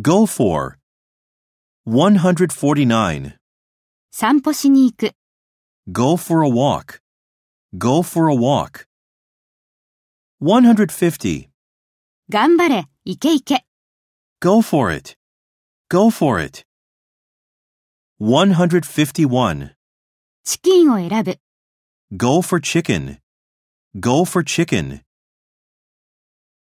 Go for. 149. 散歩しに行く、 Go for a walk. Go for a walk. 150. 頑張れ、いけいけ、 Go for it. Go for it. 151. チキンを選ぶ。 Go for chicken. Go for chicken.